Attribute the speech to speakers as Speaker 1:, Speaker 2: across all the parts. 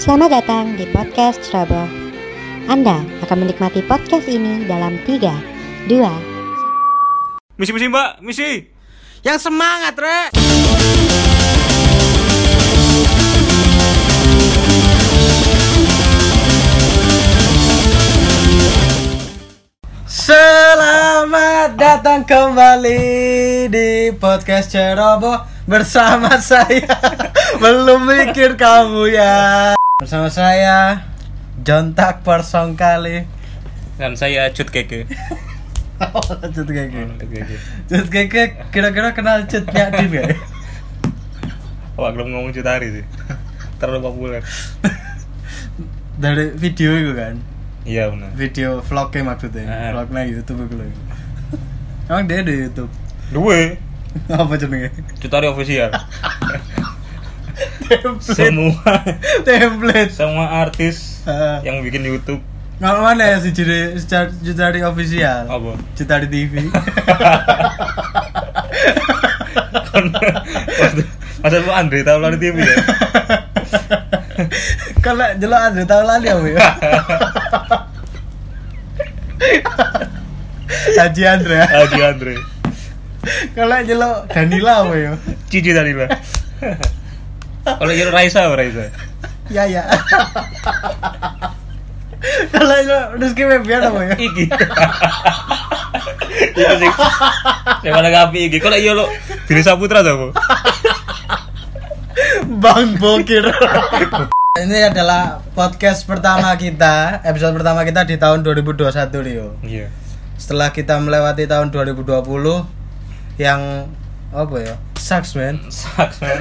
Speaker 1: Selamat datang di podcast Trouble. Anda akan menikmati podcast ini dalam 3, 2,
Speaker 2: Misi misi mbak, misi.
Speaker 3: Yang semangat, Rek. Selamat datang kembali di podcast Ceroboh bersama saya. Belum mikir kamu ya. Bersama saya Jontak Persong kali.
Speaker 2: Dan saya cut keke.
Speaker 3: Cut
Speaker 2: Hmm,
Speaker 3: keke. Cut keke kira-kira kenal cutnya Din gak ya?
Speaker 2: Wah belum ngomong cut hari sih. Terlalu populer.
Speaker 3: Dari video itu kan.
Speaker 2: Iya benar.
Speaker 3: video vlognya maksudnya
Speaker 2: Ah.
Speaker 3: vlognya YouTube gue lagi emang dia di YouTube
Speaker 2: Dua.
Speaker 3: apa jenenge
Speaker 2: Cut hari official.
Speaker 3: template
Speaker 2: semua
Speaker 3: template
Speaker 2: semua artis
Speaker 3: Ah.
Speaker 2: yang bikin YouTube
Speaker 3: nggak mana ya si juri jutari official
Speaker 2: apa?
Speaker 3: jutari TV
Speaker 2: Masa lu Andre tahu lari TV ya?
Speaker 3: kalau jelas ada tahun lalu ya Bu, ya Haji Andre
Speaker 2: Haji Andre.
Speaker 3: kalau jelas Danila apa ya
Speaker 2: Cici tadi lah. Kalau Yul Raisa, apa Raisa.
Speaker 3: ya ya kalau jelas Kan Rizky Febian apa ya
Speaker 2: Iki. Itu sih. Saya malah ngapi iki. Kalau Yul Dini Saputra tuh.
Speaker 3: Bang Bokir. Ini adalah podcast pertama kita, episode pertama kita di tahun 2021, Leo.
Speaker 2: Iya.
Speaker 3: Setelah kita melewati tahun 2020 yang apa ya? Sucks, man.
Speaker 2: Sucks man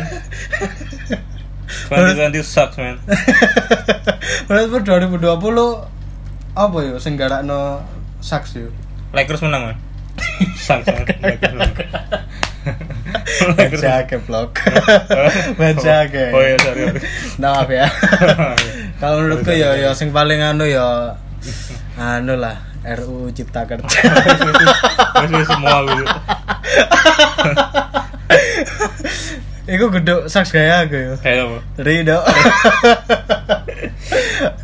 Speaker 2: 2020 sucks man
Speaker 3: Menurutku 2020 apa ya sing garakno sucks yo?
Speaker 2: Lakers menang man Sucks man Lakers menang Lakers
Speaker 3: Baca ke blog. Baca ke.
Speaker 2: Oh iya sorry sorry.
Speaker 3: Nah, maaf ya. Kalau menurutku ya ya sing paling anu ya anu lah RUU Cipta Kerja.
Speaker 2: Masih semua gitu
Speaker 3: Iku geduk saks gaya aku yo.
Speaker 2: Kayak apa?
Speaker 3: Rido.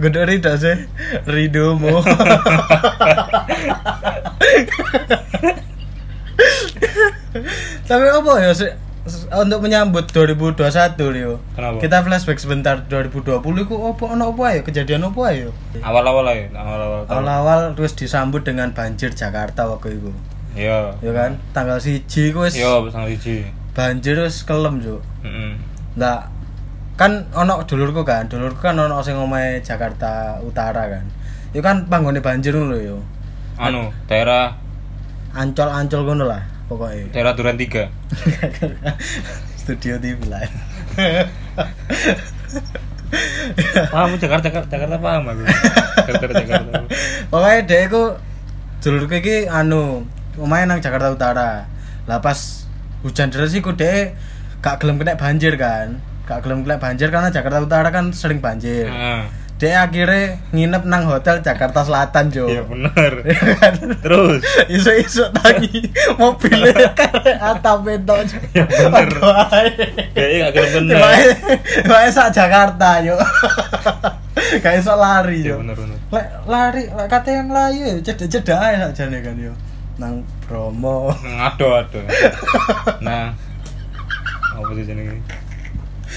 Speaker 3: geduk Rido sih. Ridomu. Tapi apa ya sih? untuk menyambut 2021 Leo.
Speaker 2: Kenapa?
Speaker 3: Kita flashback sebentar 2020 iku opo ono opo ayo kejadian opo ayo.
Speaker 2: Awal-awal lah ya Awal-awal tahun.
Speaker 3: Awal-awal terus disambut dengan banjir Jakarta waktu itu.
Speaker 2: Iya
Speaker 3: Ya kan? Tanggal 1 ku wis
Speaker 2: Iya pesan siji
Speaker 3: banjir wis kelem, Cuk.
Speaker 2: Mm-mm.
Speaker 3: Lah kan ono dulurku kan, dulurku kan ono sing omahe Jakarta Utara kan. Yo kan panggone banjir ngono lho yo.
Speaker 2: Anu daerah
Speaker 3: Ancol-ancol ngono lah pokoknya
Speaker 2: daerah Duren 3
Speaker 3: Studio TV lah.
Speaker 2: Paham Jakarta Jakarta Jakarta paham aku Jakarta Jakarta
Speaker 3: pokoknya dhek iku dulurku iki anu omahe nang Jakarta Utara. Lah pas hujan deras iku dhek gak gelem kena banjir kan. Gak gelem kena banjir karena Jakarta Utara kan sering banjir.
Speaker 2: Ah.
Speaker 3: Dhek akhirnya nginep nang hotel Jakarta Selatan, Jo.
Speaker 2: Iya bener
Speaker 3: kan
Speaker 2: Terus
Speaker 3: isu-isu tangi mobilnya karek atap bentok
Speaker 2: Ya, bener. Kayaknya gak gelem kena.
Speaker 3: Wae sak Jakarta yo. Gak iso lari
Speaker 2: Iya
Speaker 3: yo.
Speaker 2: bener bener
Speaker 3: Lek lari lek kate yang layu yo cedek-cedek ae sakjane kan yo. Nang Bromo.
Speaker 2: Aduh aduh. Nah. Apa sih jenenge?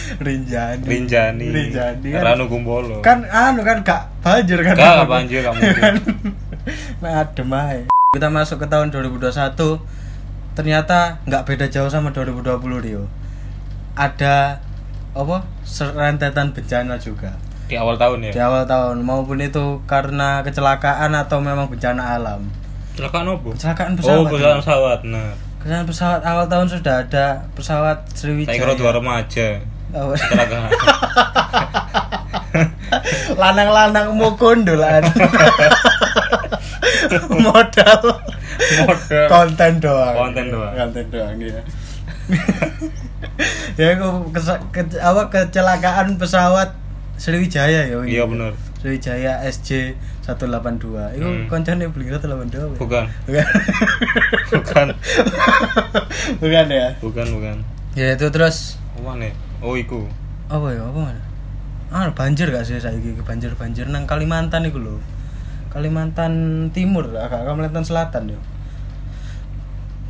Speaker 3: Rinjani.
Speaker 2: Rinjani.
Speaker 3: Rinjani. kan.
Speaker 2: Ranu Gumbolo.
Speaker 3: Kan anu kan gak banjir kan.
Speaker 2: Gak, gak banjir, gak mungkin.
Speaker 3: nah, adem ae. Kita masuk ke tahun 2021. Ternyata nggak beda jauh sama 2020 Rio. Ada apa? Serentetan bencana juga.
Speaker 2: di awal tahun
Speaker 3: Di
Speaker 2: ya.
Speaker 3: awal tahun maupun itu karena kecelakaan atau memang bencana alam.
Speaker 2: Kecelakaan apa?
Speaker 3: Kecelakaan
Speaker 2: Oh,
Speaker 3: pesawat.
Speaker 2: kecelakaan pesawat. Nah,
Speaker 3: Kecelakaan pesawat awal tahun sudah ada pesawat
Speaker 2: saya
Speaker 3: Sriwijaya.
Speaker 2: kira dua remaja.
Speaker 3: Oh,
Speaker 2: Kecelakaan.
Speaker 3: lanang-lanang mukun dolan modal
Speaker 2: Modal.
Speaker 3: konten doang
Speaker 2: Konten doang.
Speaker 3: konten doang ya ya aku kesa- ke- apa kecelakaan pesawat Sriwijaya ya
Speaker 2: Iya bener.
Speaker 3: Sriwijaya SJ 182 itu
Speaker 2: Hmm.
Speaker 3: koncone beli 182 bukan
Speaker 2: Bukan, bukan,
Speaker 3: bukan ya
Speaker 2: bukan, bukan.
Speaker 3: ya itu terus
Speaker 2: Apa nih? Oh, iku.
Speaker 3: apa ya apa mana ah banjir gak sih saiki banjir banjir nang Kalimantan iku lho Kalimantan Timur lah gak Kalimantan Selatan yo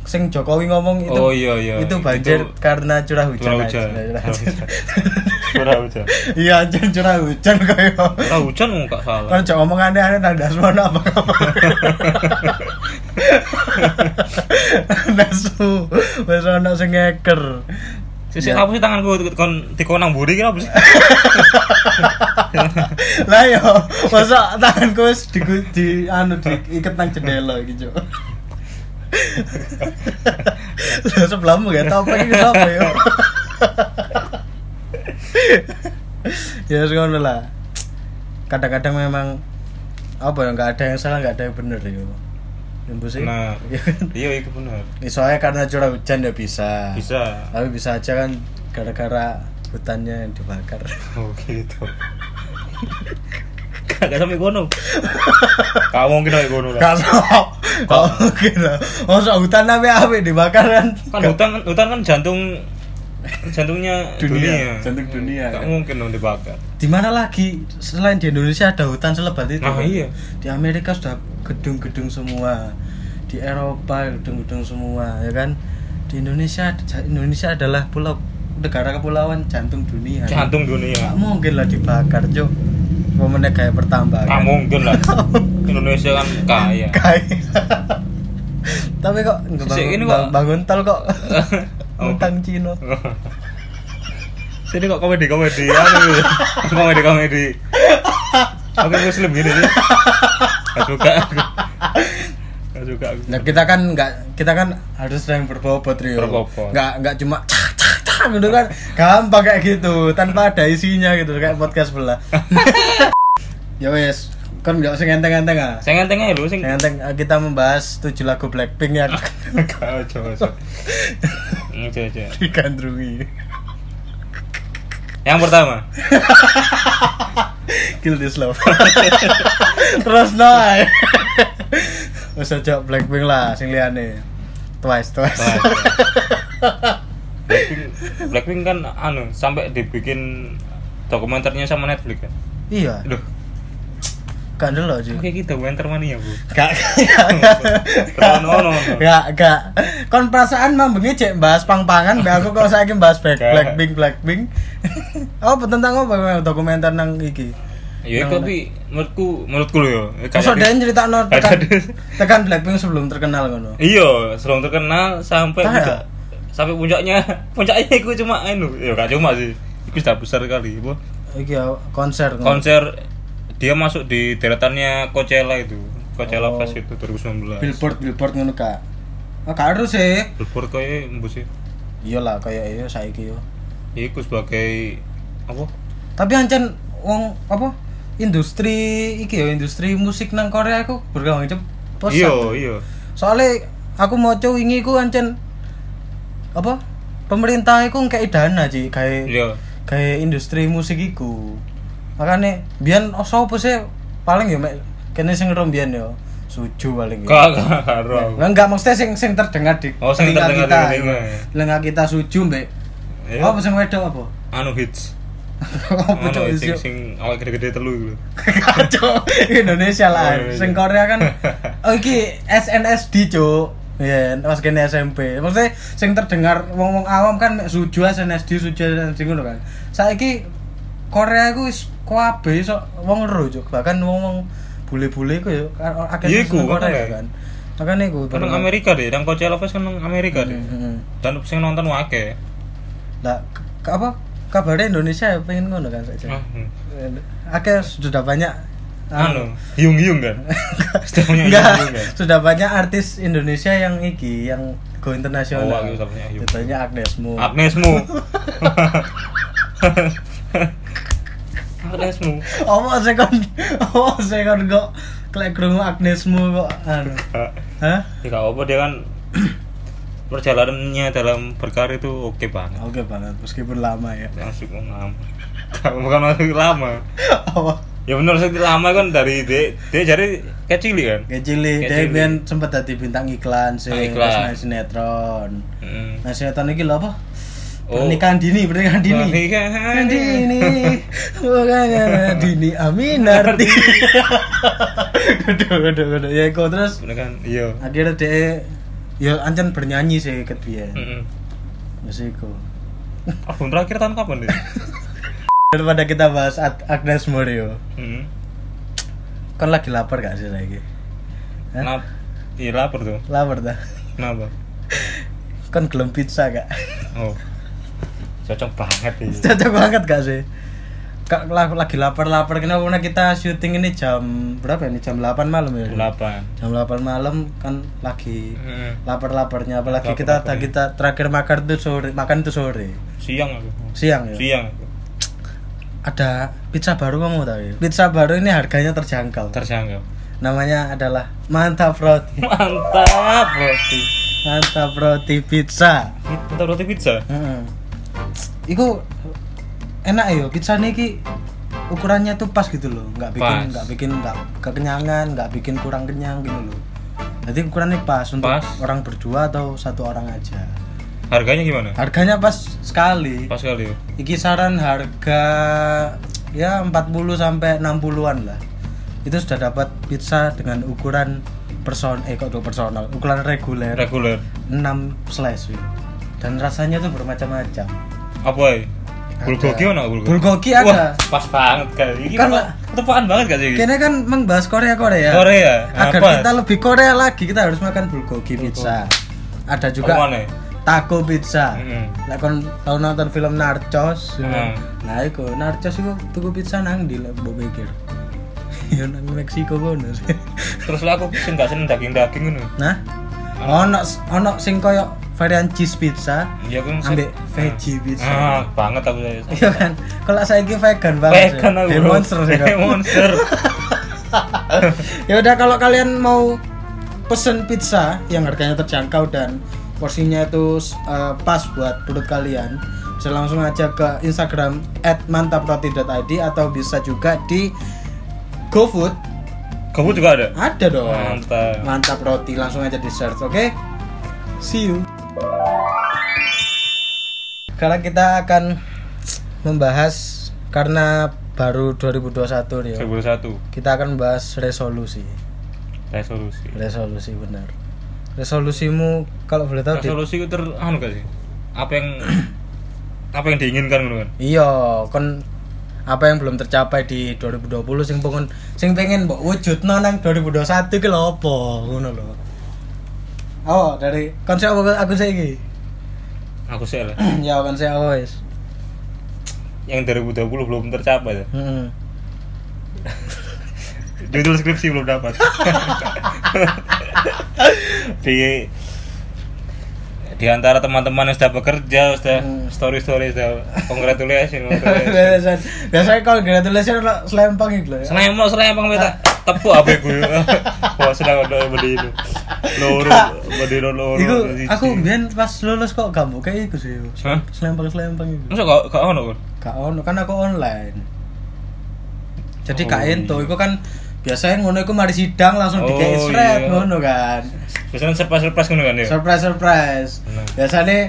Speaker 3: sing Jokowi ngomong itu
Speaker 2: Oh, iya, iya.
Speaker 3: itu banjir
Speaker 2: Itu-
Speaker 3: karena curah hujan
Speaker 2: curah
Speaker 3: aja.
Speaker 2: hujan
Speaker 3: Curah
Speaker 2: curah hujan curah
Speaker 3: hujan.
Speaker 2: hujan
Speaker 3: iya anjir curah hujan koyo
Speaker 2: curah hujan nggak salah
Speaker 3: kan cok ngomong aneh-aneh nanda semua apa apa nanda su wes ana sing ngeker
Speaker 2: sih
Speaker 3: Ya.
Speaker 2: sih, apa sih tanganku kon tikon nang buri kira apa
Speaker 3: Ah,
Speaker 2: sih
Speaker 3: lah yo masa tanganku wis di, di anu diiket nang jendela iki cok Lah, sebelahmu gak tau apa ini apa yo ya wis ngono lah kadang-kadang memang apa ya nggak ada yang salah nggak ada yang bener yo Yang sih
Speaker 2: Benar.
Speaker 3: Ya kan?
Speaker 2: iya itu benar
Speaker 3: Ya, soalnya karena curah hujan ya bisa
Speaker 2: bisa
Speaker 3: tapi bisa aja kan gara-gara hutannya yang dibakar
Speaker 2: Oh gitu. Kagak sampai kono. Kamu mungkin sampai kono kan.
Speaker 3: kalau kalau gitu masa hutan apa apa dibakar kan
Speaker 2: Kan hutan kan hutan kan jantung jantungnya
Speaker 3: Dunia,
Speaker 2: dunia.
Speaker 3: jantung dunia,
Speaker 2: Gak
Speaker 3: kan?
Speaker 2: mungkin dong dibakar.
Speaker 3: di mana lagi selain di Indonesia ada hutan selebat itu
Speaker 2: Nah, iya.
Speaker 3: di Amerika sudah gedung-gedung semua di Eropa gedung-gedung semua ya kan di Indonesia Indonesia adalah pulau negara kepulauan jantung dunia
Speaker 2: Jantung dunia.
Speaker 3: Nggak mungkin lah dibakar cok pemenang kayak pertambangan
Speaker 2: Gak Ah, mungkin lah. Indonesia kan kaya.
Speaker 3: Kayak. Tapi kok nggak
Speaker 2: Sisi
Speaker 3: bangun,
Speaker 2: ini
Speaker 3: bang-
Speaker 2: kok-
Speaker 3: bangun tol kok
Speaker 2: Oh.
Speaker 3: utang Cino.
Speaker 2: Sini kok komedi komedi, aduh komedi komedi. Aku muslim gini sih. Gak suka. aku. Gak suka. aku.
Speaker 3: Nah kita kan nggak kita kan harus yang berbobot Rio.
Speaker 2: Berbobot.
Speaker 3: Nggak nggak cuma cah cah cah gitu kan gampang kayak gitu tanpa ada isinya gitu kayak podcast belah. ya wes kan nggak usah ngenteng-ngenteng ah.
Speaker 2: Saya ngenteng aja lu sing.
Speaker 3: Ngenteng eh, kita membahas tujuh lagu Blackpink yang
Speaker 2: Kau coba coba. Coba
Speaker 3: digandrungi.
Speaker 2: Yang pertama.
Speaker 3: Kill this love. Terus noy. Wes aja Blackpink lah sing liyane. Twice, twice.
Speaker 2: Wah. Blackpink, Blackpink kan anu sampai dibikin dokumenternya sama Netflix kan.
Speaker 3: iya,
Speaker 2: Aduh,
Speaker 3: gandel loh sih.
Speaker 2: kayak gitu dokumenter mania, Bu.
Speaker 3: Gak,
Speaker 2: Terus ono.
Speaker 3: gak, gak. Kon perasaan mah bengi cek bahas pang-pangan, mbak aku kok saiki bahas Black, Oh,
Speaker 2: Gak.
Speaker 3: Blackpink, Blackpink. apa tentang apa memang dokumenter nang iki?
Speaker 2: Ya itu tapi menurutku menurutku ya. lo yo.
Speaker 3: Masuk dan cerita no
Speaker 2: kayak
Speaker 3: tekan,
Speaker 2: di-
Speaker 3: tekan Blackpink sebelum terkenal ngono.
Speaker 2: Iya, serong terkenal sampai
Speaker 3: Kayak.
Speaker 2: puncak sampai puncaknya puncaknya iku cuma anu ya gak cuma sih itu sudah besar kali Bu.
Speaker 3: Iki ya, konser. ngono.
Speaker 2: konser dia masuk di deretannya Coachella itu Coachella
Speaker 3: Oh.
Speaker 2: Fest itu 2019
Speaker 3: Billboard, Billboard ngono kak. Oh, gak harus sih.
Speaker 2: Billboard ya, kayak embus sih
Speaker 3: iyalah kayak iya saiki yo
Speaker 2: Ya, Iku sebagai apa?
Speaker 3: tapi ancen wong apa industri iki yo industri musik nang Korea aku berkembang cepet
Speaker 2: Iya, iya.
Speaker 3: soalnya aku mau coba wingi ku ancen apa pemerintah iku kayak dana sih kayak
Speaker 2: Iya.
Speaker 3: kayak industri musik iku makanya biar oh sopo sih paling yo mek kene sing rom biyen yo suju paling yo.
Speaker 2: Gak gak karo.
Speaker 3: Lah enggak maksudnya sing sing terdengar di
Speaker 2: Oh, sing
Speaker 3: telinga
Speaker 2: terdengar
Speaker 3: kita.
Speaker 2: di telinga.
Speaker 3: Lenga kita suju mbek.
Speaker 2: Iya.
Speaker 3: Apa sing wedok apa?
Speaker 2: Anu hits.
Speaker 3: apa ya?
Speaker 2: Anu
Speaker 3: cok
Speaker 2: sing
Speaker 3: isyo?
Speaker 2: sing awak gede-gede telu iku. lho.
Speaker 3: Kacau Indonesia lah.
Speaker 2: Oh, iya.
Speaker 3: Sing Korea kan oh iki SNSD, Cuk. Ya, pas kene SMP. Maksudnya sing terdengar wong-wong awam kan mek suju SNSD, suju SNSD ngono kan. Saiki Korea iku wis kabeh iso wong ero, Cuk. Bahkan wong-wong bule-bule iku ya
Speaker 2: Iya,
Speaker 3: akhirnya
Speaker 2: iku,
Speaker 3: seneng Korea
Speaker 2: makanya.
Speaker 3: kan. Makane iku.
Speaker 2: Kan nang Amerika deh, nang Coachella Fest kan nang Amerika
Speaker 3: Hmm,
Speaker 2: deh. Dan sing nonton wake.
Speaker 3: Lah, ke- ke- apa kabarnya Indonesia ya pengen ngono kan saja.
Speaker 2: Ah,
Speaker 3: Akhirnya sudah banyak
Speaker 2: hmm. Anu, hiung-hiung kan. Sudah punya hiung-hiung kan.
Speaker 3: Ah. Enggak, sudah banyak artis Indonesia yang iki yang go internasional.
Speaker 2: Oh, aku sudah punya Ah. Ayu.
Speaker 3: Contohnya Agnesmo.
Speaker 2: Agnesmu. Agnesmu.
Speaker 3: Apa sih kon? Apa sih kon kok klek krungu Agnesmo kok anu. Hah?
Speaker 2: Ya gak apa dia kan perjalanannya dalam berkarir itu oke banget.
Speaker 3: Oke banget meskipun lama ya.
Speaker 2: langsung lama bukan masuk lama
Speaker 3: Apa?
Speaker 2: ya benar sih lama kan dari dia dia jadi kecil kan Kayak
Speaker 3: Kecili, dia
Speaker 2: cilik.
Speaker 3: biyen sempat dadi bintang iklan sih,
Speaker 2: Bintang iklan.
Speaker 3: terus main sinetron.
Speaker 2: Hmm.
Speaker 3: Nah, sinetron iki lho apa?
Speaker 2: Oh.
Speaker 3: Pernikahan dini, pernikahan dini.
Speaker 2: Pernikahan
Speaker 3: dini. Bukan dini Aminarti. Aduh, aduh, aduh. Ya kok terus
Speaker 2: Bener kan? Iya.
Speaker 3: akhirnya dia ya ancen bernyanyi sih ket piye.
Speaker 2: Mm-mm.
Speaker 3: Wis iku.
Speaker 2: Hmm. Album terakhir tahun kapan deh?
Speaker 3: Daripada kita bahas Ad- Agnes Morio.
Speaker 2: Mm.
Speaker 3: Kan lagi lapar gak sih lagi? Hah?
Speaker 2: Kenapa? Iya lapar tuh.
Speaker 3: Lapar dah.
Speaker 2: Kenapa?
Speaker 3: Kan gelem pizza gak?
Speaker 2: Oh. Cocok banget ini.
Speaker 3: Cocok banget gak sih? Kak la- lagi lapar-lapar kenapa karena kita syuting ini jam berapa ini? Jam 8 malam ya.
Speaker 2: Delapan.
Speaker 3: Jam 8 malam kan lagi
Speaker 2: Mm.
Speaker 3: lapar-laparnya apalagi kita
Speaker 2: Lapar-laparnya.
Speaker 3: kita terakhir makan tuh sore, makan tuh sore.
Speaker 2: Siang aku.
Speaker 3: Siang ya.
Speaker 2: Siang. aku.
Speaker 3: Ada pizza baru kamu tahu ya? Pizza baru ini harganya terjangkau.
Speaker 2: Terjangkau.
Speaker 3: Namanya adalah Mantap Roti.
Speaker 2: Mantap roti.
Speaker 3: Mantap Roti Pizza.
Speaker 2: Mantap roti pizza.
Speaker 3: Heeh. Iku enak yo pizza niki ukurannya tuh pas gitu loh, nggak bikin
Speaker 2: Pas.
Speaker 3: nggak bikin nggak kekenyangan, nggak bikin kurang kenyang gitu loh. Jadi ukurannya pas untuk
Speaker 2: Pas.
Speaker 3: orang berdua atau satu orang aja.
Speaker 2: Harganya gimana?
Speaker 3: Harganya pas sekali.
Speaker 2: Pas kali. ya?
Speaker 3: Iki saran harga ya 40 sampai 60-an lah. Itu sudah dapat pizza dengan ukuran person eh kok dua personal, ukuran reguler
Speaker 2: Reguler.
Speaker 3: 6 slice. wih. Dan rasanya tuh bermacam-macam.
Speaker 2: Apa ya? Bulgogi mana bulgogi?
Speaker 3: Bulgogi
Speaker 2: Wah,
Speaker 3: ada.
Speaker 2: pas banget kali. Ini
Speaker 3: Kan-
Speaker 2: kan ketepaan banget gak sih? ini?
Speaker 3: Kayaknya kan membahas Korea Korea.
Speaker 2: Korea.
Speaker 3: Agar
Speaker 2: Apa?
Speaker 3: kita lebih Korea lagi kita harus makan bulgogi pizza. Ada juga
Speaker 2: Apa Hmm. mana?
Speaker 3: taco pizza.
Speaker 2: Mm-mm.
Speaker 3: Lah kon tau nonton film Narcos. ya.
Speaker 2: Mm.
Speaker 3: Nah iku Narcos iku tuku pizza nang di lek mbok pikir. Ya nang Meksiko kono. sih.
Speaker 2: Terus lah aku sing gak seneng daging-daging ngono.
Speaker 3: Nah,
Speaker 2: Ah.
Speaker 3: ono ono sing koyo varian cheese pizza.
Speaker 2: Iya aku
Speaker 3: Ambek veggie pizza.
Speaker 2: Ah, banget aku.
Speaker 3: Iya kan? Kalau saya vegan banget. ya.
Speaker 2: Vegan aku.
Speaker 3: sih.
Speaker 2: Eh, bro.
Speaker 3: Demonster sih. kok.
Speaker 2: Monster.
Speaker 3: ya udah kalau kalian mau pesen pizza yang harganya terjangkau dan porsinya itu eh, pas buat perut kalian bisa langsung aja ke Instagram @mantaproti.id atau bisa juga di GoFood
Speaker 2: Kamu juga ada?
Speaker 3: ada dong
Speaker 2: Mantap.
Speaker 3: mantap roti langsung aja di search oke see you sekarang kita akan membahas karena baru 2021 Rio
Speaker 2: 2001
Speaker 3: ya. kita akan membahas resolusi
Speaker 2: resolusi.
Speaker 3: resolusi benar resolusimu kalau boleh tahu Dit?
Speaker 2: Resolusi itu ter anu gak sih? Apa yang apa yang diinginkan ngono kan?
Speaker 3: iya kon apa yang belum tercapai di 2020 sing pengen sing pengen mbok wujudno nang 2021 ki lho apa ngono lho oh dari konsep apa aku saiki
Speaker 2: Aku sih lah.
Speaker 3: ya konsep apa wis
Speaker 2: Yang 2020 belum tercapai. ya.
Speaker 3: heeh
Speaker 2: Judul skripsi belum dapat. di di antara teman-teman yang sudah bekerja, sudah
Speaker 3: Hmm.
Speaker 2: story-story sudah congratulations. congratulations.
Speaker 3: biasanya biasanya kalau gratulation ono selempang iki lho ya.
Speaker 2: Selempang selempang beta tepuk apa gue. Wah, sedang ada berdiri. Loro, berdiri loro.
Speaker 3: iku aku mbiyen pas lulus kok gak mbok kayak iku sih
Speaker 2: Hah?
Speaker 3: selempang-selempang iku
Speaker 2: Masa gak gak ono kan?
Speaker 3: Gak ono kan aku online. Jadi
Speaker 2: Oh,
Speaker 3: gak ento
Speaker 2: iya.
Speaker 3: iku kan biasanya ngono iku mari sidang
Speaker 2: Oh,
Speaker 3: langsung dikei
Speaker 2: iya.
Speaker 3: shred ngono kan.
Speaker 2: Biasanya surprise-surprise ngono kan ya.
Speaker 3: Surprise surprise.
Speaker 2: Bener.
Speaker 3: Biasanya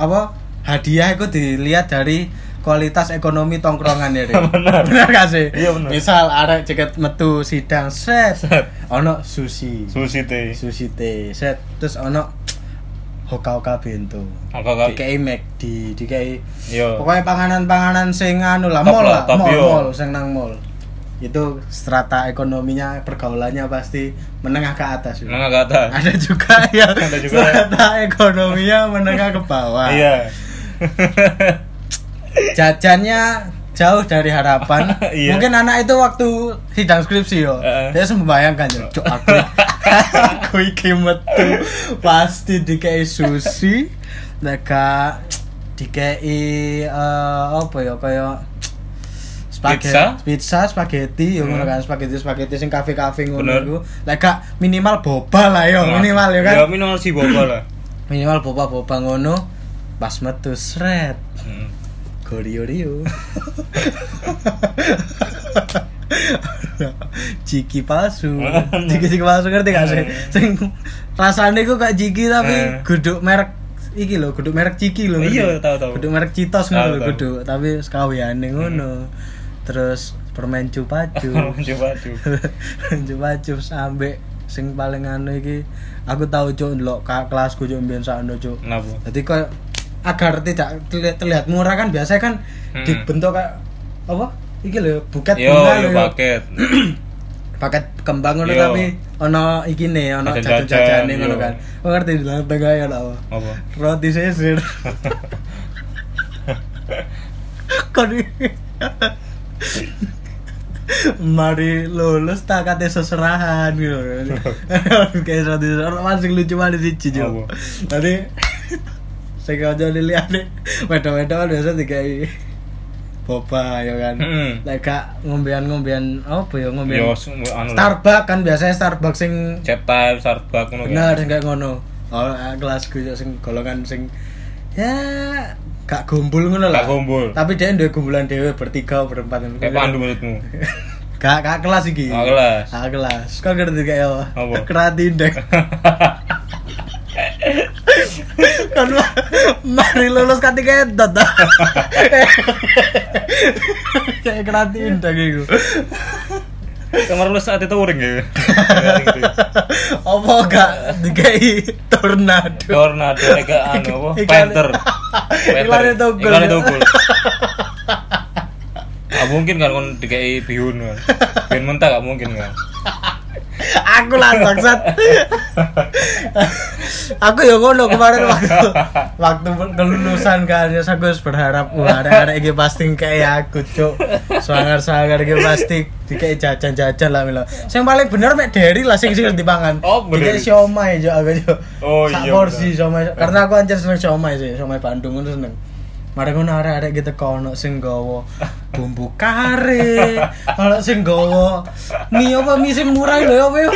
Speaker 3: apa hadiah itu dilihat dari kualitas ekonomi tongkrongan ya. Rik.
Speaker 2: Bener.
Speaker 3: Bener gak sih?
Speaker 2: Iya, bener.
Speaker 3: Misal arek ceket metu sidang set
Speaker 2: Set.
Speaker 3: ono sushi.
Speaker 2: Susi teh.
Speaker 3: Sushi teh set terus ono hoka-hoka bento.
Speaker 2: Angka kali.
Speaker 3: Dikei McD, dikei
Speaker 2: Yo.
Speaker 3: pokoknya panganan-panganan sing anu lah
Speaker 2: Top
Speaker 3: mall
Speaker 2: lah,
Speaker 3: lah
Speaker 2: top
Speaker 3: mall
Speaker 2: yo.
Speaker 3: mall sing nang mall itu strata ekonominya pergaulannya pasti menengah ke atas ya.
Speaker 2: Nang kata.
Speaker 3: ada juga yang
Speaker 2: Ada juga.
Speaker 3: strata ekonominya menengah ke bawah
Speaker 2: Iya.
Speaker 3: jajannya jauh dari harapan
Speaker 2: Iya.
Speaker 3: mungkin anak itu waktu sidang skripsi yo
Speaker 2: Heeh.
Speaker 3: dia sempat membayangkan yo cok aku aku iki metu pasti dikei sushi lega dikei eh, apa ya kaya spaghetti
Speaker 2: Pizza?
Speaker 3: pizza spaghetti yo ngono
Speaker 2: Hmm.
Speaker 3: kan spaghetti spaghetti sing kafe-kafe ngono
Speaker 2: Bener.
Speaker 3: iku lega minimal boba lah yo minimal yo kan
Speaker 2: Ya minimal si boba lah.
Speaker 3: minimal boba-boba ngono pas metu sret
Speaker 2: Hmm.
Speaker 3: Gorio Rio. ciki palsu. Ciki ciki palsu ngerti gak sih? Sing rasane kok kayak ciki tapi
Speaker 2: Eh.
Speaker 3: guduk merek iki lho guduk merek ciki lho. ngerti?
Speaker 2: Iya, tahu, tahu.
Speaker 3: Guduk merek
Speaker 2: Tahu,
Speaker 3: Citos ngono lho
Speaker 2: tahu. Hmm.
Speaker 3: guduk, tapi sekawiyane ngono. Terus permen cupacu.
Speaker 2: coba tuh
Speaker 3: Cupacu sampe sing paling anu iki aku tahu cuk ndelok ka- kelasku cuk mbiyen sakno cuk.
Speaker 2: kenapa
Speaker 3: Jadi kok agar tidak terlihat, terlihat murah kan biasanya kan
Speaker 2: Hmm.
Speaker 3: dibentuk kayak apa? Iki lho buket
Speaker 2: yo
Speaker 3: bunga
Speaker 2: yo
Speaker 3: lho, yo.
Speaker 2: paket
Speaker 3: paket kembang ngono
Speaker 2: Yo.
Speaker 3: tapi ono iki ne ono
Speaker 2: Ada
Speaker 3: jajan-jajane
Speaker 2: jajan,
Speaker 3: ngono
Speaker 2: yo.
Speaker 3: kan. Kok ngerti di lantai tengah ya apa?
Speaker 2: apa
Speaker 3: Roti sisir. Kon Mari lulus tak kate seserahan gitu. Kayak roti sisir masih lucu banget sih
Speaker 2: Apa?
Speaker 3: Cijo. Tadi saya aja dilihat nih, wedo-wedo kan biasa dikai boba ya kan.
Speaker 2: Mm-mm.
Speaker 3: Lek gak ngombean-ngombean apa ya ngombean.
Speaker 2: yo Hmm. sing- anu lah.
Speaker 3: Starbucks kan biasanya Starbucks sing
Speaker 2: Chap time Starbucks ngono kan
Speaker 3: bener sing kayak ngono. Oh, eh, kelas gue sing golongan sing ya gak gumpul ngono lah.
Speaker 2: Gak gumpul.
Speaker 3: Tapi dia duwe gumpulan dhewe bertiga berempat.
Speaker 2: kayak pandu mulutmu
Speaker 3: Gak gak kelas iki.
Speaker 2: Gak kelas.
Speaker 3: Gak kelas. Kok ngerti kayak apa?
Speaker 2: Apa?
Speaker 3: Keratindek. kan ma- mari lulus kan kati kedot dah. kayak keratindek iku.
Speaker 2: kamar lu saat itu uring ya
Speaker 3: Apa gak dikai tornado?
Speaker 2: tornado kayak anu apa
Speaker 3: Ikan-
Speaker 2: panther
Speaker 3: Iklannya togel.
Speaker 2: iklannya togel gak mungkin kan kon dikai bihun kan bihun mentah gak mungkin kan
Speaker 3: aku lah bangsat aku ya ngono kemarin waktu waktu kelulusan kan ya aku harus berharap wah ada iki pasti kayak aku cuk sangar sangar iki pasti dikei jajan jajan lah milo yang paling bener mek deri lah sing sing dipangan
Speaker 2: Oh, bener.
Speaker 3: dikei siomay cuk aku cuk
Speaker 2: Oh,
Speaker 3: Sak
Speaker 2: iya,
Speaker 3: porsi
Speaker 2: bener.
Speaker 3: siomay karena aku anjir seneng siomay sih siomay Bandung itu seneng Mari ngono arek-arek gitu kono sing gawa bumbu kare, kalau sing gawa mie apa mie sing murah lho ya apa ya?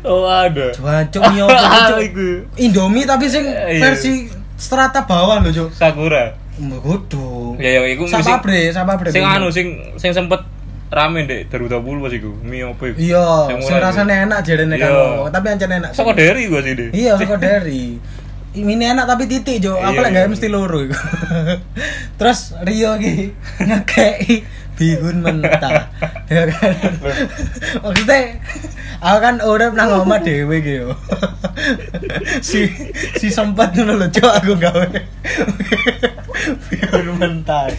Speaker 2: oh ada
Speaker 3: Wah, cuk mie apa iki, cuk?
Speaker 2: Iku.
Speaker 3: Indomie tapi sing
Speaker 2: Eh, iya.
Speaker 3: versi strata bawah lho, Cuk.
Speaker 2: sakura
Speaker 3: Mbodo.
Speaker 2: ya ya iku
Speaker 3: Sama bre, sama bre.
Speaker 2: sing anu sing sing sempet rame ndek Daruda Bulu pas iku mie apa iku
Speaker 3: Iya, sing
Speaker 2: murah iku.
Speaker 3: rasane enak jarene kan.
Speaker 2: Iya.
Speaker 3: ngomong, Tapi ancen enak.
Speaker 2: Saka Derry gua sih deh
Speaker 3: Iya, saka deri. Ini enak tapi titik, Jo. Aku
Speaker 2: Iya,
Speaker 3: lek gawe
Speaker 2: iya.
Speaker 3: mesti loro iku. Terus Rio iki ngekeki bihun mentah. Ya kan. Maksudnya aku kan urip nang omah dhewe iki yo. si si sempat ngono lho, Jo, aku gawe. bihun mentah.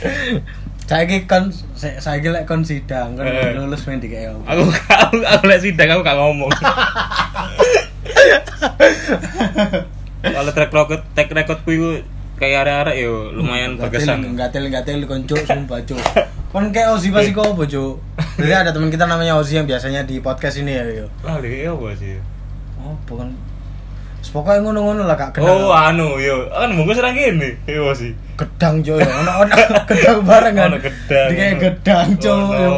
Speaker 3: Saiki kon sa- saiki lek kon sidang, kon
Speaker 2: Eh.
Speaker 3: lulus main dikek yo.
Speaker 2: aku aku aku lek sidang aku gak ngomong kalau track record track recordku itu kayak arek-arek yo lumayan berkesan
Speaker 3: Gatel gatel kon cuk sumpah cuk. Kon kayak Ozi pasti kok apa cuk. Jadi ada teman kita namanya Ozi yang biasanya di podcast ini ya yo.
Speaker 2: lali iya apa sih
Speaker 3: Apa kan Pokoknya ngono-ngono lah kak
Speaker 2: oh
Speaker 3: kenal
Speaker 2: anu yo kan mungkin serang gini iya sih
Speaker 3: gedang cuk ya ono ono gedang bareng kan
Speaker 2: Ono gedang.
Speaker 3: Di kayak gedang cuk
Speaker 2: Ono.
Speaker 3: yo.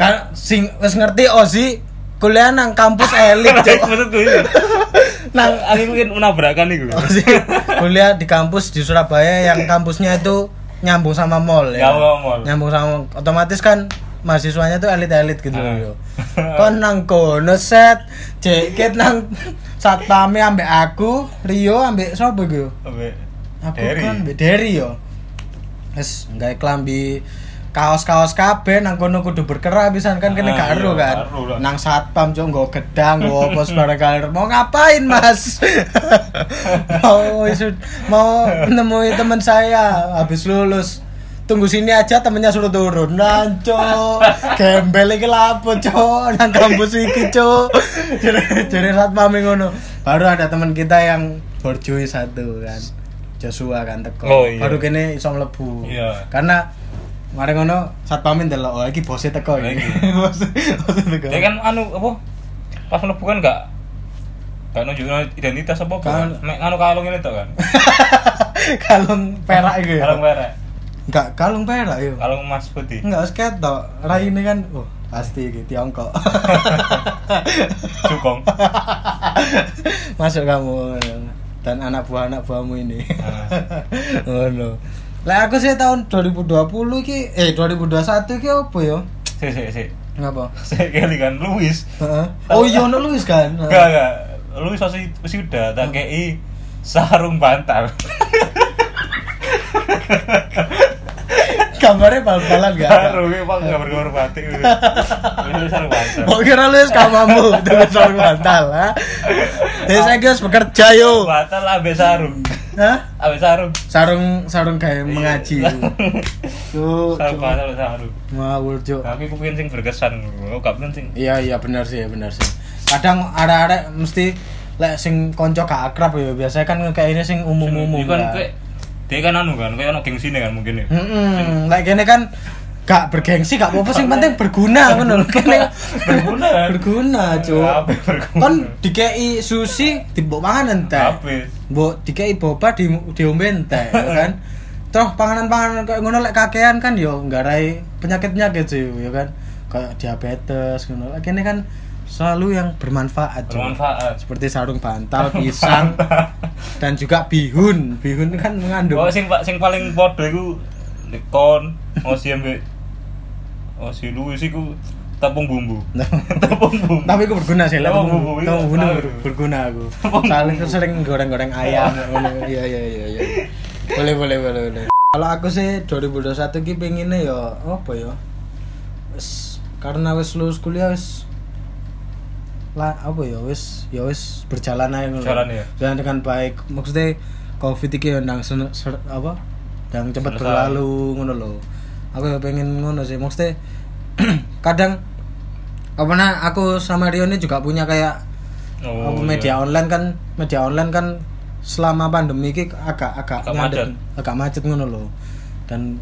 Speaker 3: kan sing wis ngerti Ozi kuliah nang kampus elit
Speaker 2: Jadi Kan maksudku
Speaker 3: cuk
Speaker 2: ini
Speaker 3: nang
Speaker 2: aku mungkin menabrakan iku
Speaker 3: Ozi kuliah di kampus di Surabaya yang kampusnya itu nyambung sama mall ya.
Speaker 2: Nyambung sama mall.
Speaker 3: Nyambung sama otomatis kan mahasiswanya tuh elit-elit gitu
Speaker 2: Ah.
Speaker 3: loh. Kon nang kono set, ceket nang satpame ambek aku, Rio ambek sapa iku?
Speaker 2: Ambek
Speaker 3: Aku
Speaker 2: Derry.
Speaker 3: kan ambek Derry yo. Wes gawe klambi kaos-kaos kabeh nang kono kudu berkerah pisan kan kene
Speaker 2: Ah,
Speaker 3: gak
Speaker 2: iya,
Speaker 3: ero kan.
Speaker 2: gak ero lah.
Speaker 3: Nang satpam cok nggo gedang, nggo apa sembarang kalir. Mau ngapain, Mas? mau isu- mau menemui teman saya habis lulus. Tunggu sini aja temennya suruh turun. Nan, cok. Gembel iki lapo, cok. Nang kampus iki, cok. Jadi- Jadi satpam ngono. Baru ada teman kita yang borjuis satu kan. Joshua kan teko.
Speaker 2: Oh, iya.
Speaker 3: Baru kene iso mlebu.
Speaker 2: Iya.
Speaker 3: Karena mari ngono satpamin delok oh iki bose teko iki.
Speaker 2: Iki.
Speaker 3: Bose bose teko.
Speaker 2: dia iya. kan anu apa pas mlebu kan gak gak nunjukin identitas apa apa kan
Speaker 3: Kan-
Speaker 2: mek anu kalung ini tuh kan
Speaker 3: kalung perak iku ya.
Speaker 2: kalung merah
Speaker 3: Enggak, kalung perak yo.
Speaker 2: kalung emas putih
Speaker 3: Enggak wis ketok. Raine kan oh pasti iki Tiongkok.
Speaker 2: cukong
Speaker 3: Masuk kamu dan anak buah anak buahmu ini.
Speaker 2: Ah.
Speaker 3: Ngono. Lah aku sih tahun 2020 ki eh 2021 ki apa yo?
Speaker 2: si si si
Speaker 3: Ngapa?
Speaker 2: saya kali kan Luis
Speaker 3: Heeh. Oh iya ono Luis kan? Hmm.
Speaker 2: Enggak, enggak. Lu masih masih udah tak kei sarung bantal
Speaker 3: Gambarnya bal-balan gak ada.
Speaker 2: sarungnya pak nggak bergambar batik gitu. ini sarung bantal
Speaker 3: Kok kira lu kamu dengan sarung bantal ha? Ya saya guys bekerja yo.
Speaker 2: bantal ambil sarung
Speaker 3: Hah?
Speaker 2: ambil sarung
Speaker 3: Sarung sarung kayak
Speaker 2: Iya.
Speaker 3: mengaji. Oh, gitu. Tuh.
Speaker 2: sarung bantal ambil sarung
Speaker 3: Ngawur, Cuk.
Speaker 2: tapi aku pengen sing berkesan aku gak pengen sing
Speaker 3: Iya iya benar sih benar sih. Kadang ada-ada mesti lek sing konco gak akrab ya biasanya kan kayak ini sing umum-umum.
Speaker 2: Ini kan
Speaker 3: lah. Hmm,
Speaker 2: kayak dia kan anu kan kayak ono gengsi kan mungkin ya
Speaker 3: Heeh, lek kene kan gak bergengsi gak apa-apa sing penting berguna ngono lho. Kene
Speaker 2: Berguna, kan?
Speaker 3: Berguna, Cuk.
Speaker 2: Apa berguna?
Speaker 3: Kan dikei sushi dibok mangan entek.
Speaker 2: Habis.
Speaker 3: Mbok dikei boba di diombe entek ya kan. Terus panganan-panganan kayak ngono lek kakean kan yo nggarai penyakit-penyakit cuy ya kan. Kayak diabetes ngono. Lek kene kan selalu yang bermanfaat. Cuk.
Speaker 2: bermanfaat
Speaker 3: Seperti sarung bantal, pisang dan juga bihun. Bihun kan mengandung
Speaker 2: Kok Oh, sing pak sing paling podo iku Nikon, Osi ambek Osi Louis iku tepung bumbu. tepung bumbu.
Speaker 3: tapi aku berguna sih lah
Speaker 2: Oh,
Speaker 3: tepung
Speaker 2: bumbu, iya, Oh,
Speaker 3: tepung bumbu
Speaker 2: tahu.
Speaker 3: ber- berguna aku
Speaker 2: Tepung
Speaker 3: soalnya
Speaker 2: bumbu.
Speaker 3: aku sering goreng-goreng ayam ngono. iya iya iya iya boleh boleh boleh boleh kalau aku sih 2021 ki pengennya ya apa ya wis karena wis lulus kuliah wis lah apa ya wis ya wis berjalan aja ngono.
Speaker 2: Berjalan ya.
Speaker 3: Berjalan dengan baik maksudnya covid iki ya nang sen- ser- apa yang cepat
Speaker 2: Selesai.
Speaker 3: berlalu ngono lho aku ya pengen ngono sih maksudnya kadang apa nah aku sama Rio ini juga punya kayak
Speaker 2: Oh,
Speaker 3: apa,
Speaker 2: iya.
Speaker 3: media online kan media online kan selama pandemi ini agak agak
Speaker 2: Agak
Speaker 3: ngadeg- agak macet ngono lho dan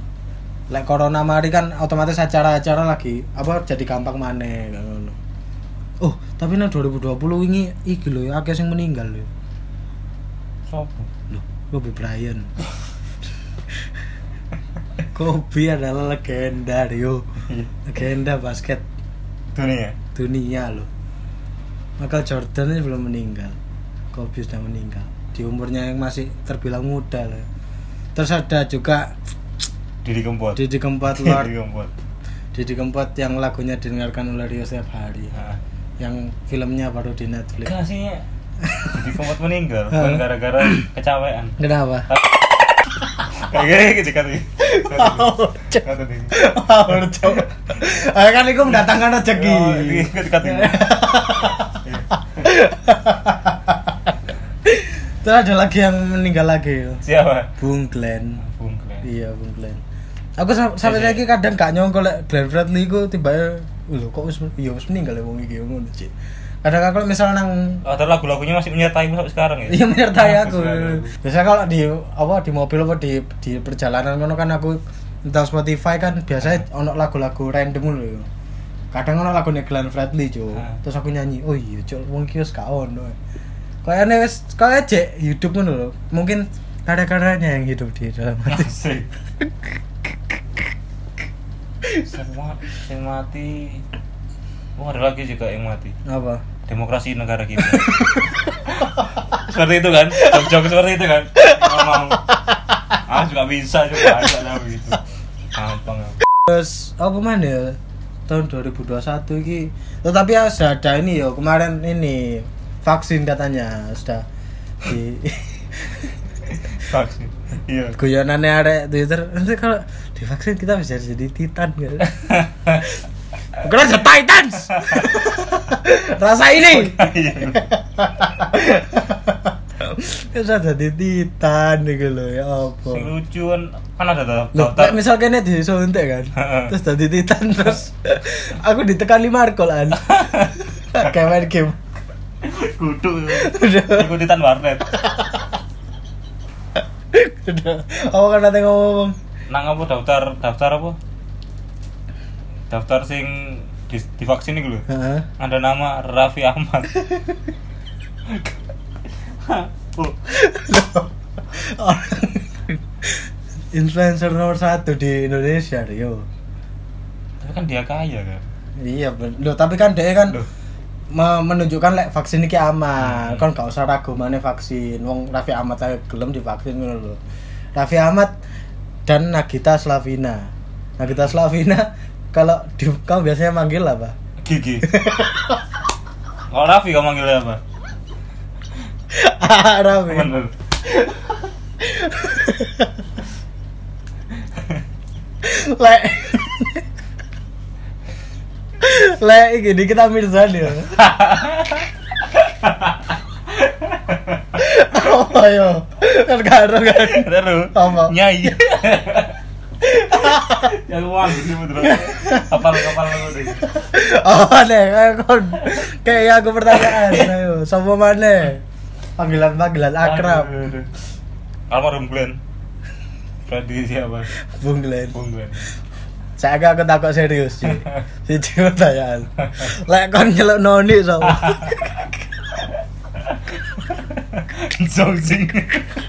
Speaker 3: lek corona mari kan otomatis acara-acara lagi apa jadi gampang maneh kayak ngono oh tapi nang 2020 ini iki lho ya akeh sing meninggal lho
Speaker 2: Sopo?
Speaker 3: Loh, Kobe Bryant. Kobe adalah legenda, Rio.
Speaker 2: Iya.
Speaker 3: Legenda basket
Speaker 2: Dunia.
Speaker 3: dunia loh. Michael Jordan ini belum meninggal. Kobe sudah meninggal. Di umurnya yang masih terbilang muda loh. Terus ada juga
Speaker 2: Diri kempot.
Speaker 3: Didi Kempot
Speaker 2: Diri
Speaker 3: Lord.
Speaker 2: kempot.
Speaker 3: Didi Kempot yang lagunya didengarkan oleh Rio setiap hari.
Speaker 2: Nah,
Speaker 3: Yang filmnya baru di Netflix.
Speaker 2: kasihnya. Diri kempot meninggal
Speaker 3: Hah?
Speaker 2: bukan gara-gara kecapean.
Speaker 3: Kenapa?
Speaker 2: Kayak gini kan. Kata ini.
Speaker 3: Power Cok. Ah, kan itu mendatangkan
Speaker 2: Oh, ini
Speaker 3: rezeki.
Speaker 2: dekat ini.
Speaker 3: Terus ada lagi yang meninggal lagi.
Speaker 2: Siapa?
Speaker 3: Bung Glenn.
Speaker 2: Bung Glenn.
Speaker 3: Iya, Bung Glenn. Aku sam- sampai
Speaker 2: Iya,
Speaker 3: lagi kadang gak nyongkol lek Glenn Fredly iku tiba lho kok wis ya wis meninggal ya wong iki ngono sih. Kadang aku misal nang
Speaker 2: Oh, terus lagu-lagunya masih menyertai sampai sekarang ya?
Speaker 3: Iya menyertai aku.
Speaker 2: Sampai sekarang.
Speaker 3: Biasa kalau di apa di mobil apa di di perjalanan ngono kan aku entah Spotify kan biasanya ono lagu-lagu random lho. Kadang ono lagune Glenn Fredly, Cuk.
Speaker 2: Ah.
Speaker 3: Terus aku nyanyi, "Oh iya, Cuk, wong iki wis gak ono." Kayaknya wis kayak cek hidup ngono lho. Mungkin karya-karyanya yang hidup di dalam hati.
Speaker 2: Asik. Sing ma- sing mati. Oh, ada lagi juga yang mati.
Speaker 3: Apa?
Speaker 2: Demokrasi negara kita. seperti itu kan? Jok-jok seperti itu kan? Ngomong. Ah, juga bisa juga ada lah begitu. Gampang.
Speaker 3: Terus apa mana ya? Tahun 2021 iki. Tetapi ya sudah ada ini yo kemarin ini vaksin katanya sudah di
Speaker 2: Vaksin. Iya.
Speaker 3: guyonannya arek Twitter. Nanti kalau divaksin kita bisa jadi titan gitu. Bukan aja Titans. Rasa ini.
Speaker 2: Iya.
Speaker 3: Bisa jadi titan gitu loh ya apa.
Speaker 2: Sing lucu kan kan ada tuh
Speaker 3: Loh,
Speaker 2: daftar.
Speaker 3: kayak misal kene disuntik kan. terus tadi titan terus aku ditekan lima arkol an. Kayak main game.
Speaker 2: Kudu. Ikutitan warnet.
Speaker 3: Udah. Apa kan nanti ngomong?
Speaker 2: nang apa daftar daftar apa daftar sing di, divaksin iku lho
Speaker 3: Heeh.
Speaker 2: ada nama Raffi Ahmad oh,
Speaker 3: Influencer nomor satu di Indonesia Rio.
Speaker 2: tapi kan dia kaya kan
Speaker 3: Iya, ben- loh tapi kan dia kan
Speaker 2: Loh.
Speaker 3: me- menunjukkan lek vaksin ini aman. Kan gak usah ragu mana vaksin. Wong Raffi Ahmad aja gelem divaksin ngono lho. Raffi Ahmad dan Nagita Slavina. Nagita Slavina kalau di, kamu biasanya manggil apa?
Speaker 2: gigi kalau Raffi kau manggilnya apa
Speaker 3: Raffi.
Speaker 2: bener
Speaker 3: Lek. Lek gini kita Mirzan ya. Apa yo? Kan karo kan.
Speaker 2: Terus
Speaker 3: Apa?
Speaker 2: Nyai. Ya uang sih betul. Kapal-kapal lu deh.
Speaker 3: Oh, nih, ayo kon. Kayak aku pertanyaan, ayo. Sopo maneh? Panggilan-panggilan akrab.
Speaker 2: Aduh, aduh. Almarhum Glenn. Tadi siapa?
Speaker 3: Bung Glenn.
Speaker 2: Bung Glenn.
Speaker 3: Saya aku takut serius sih. Siji pertanyaan. Lek kon nyeluk noni sopo?
Speaker 2: Zongsing.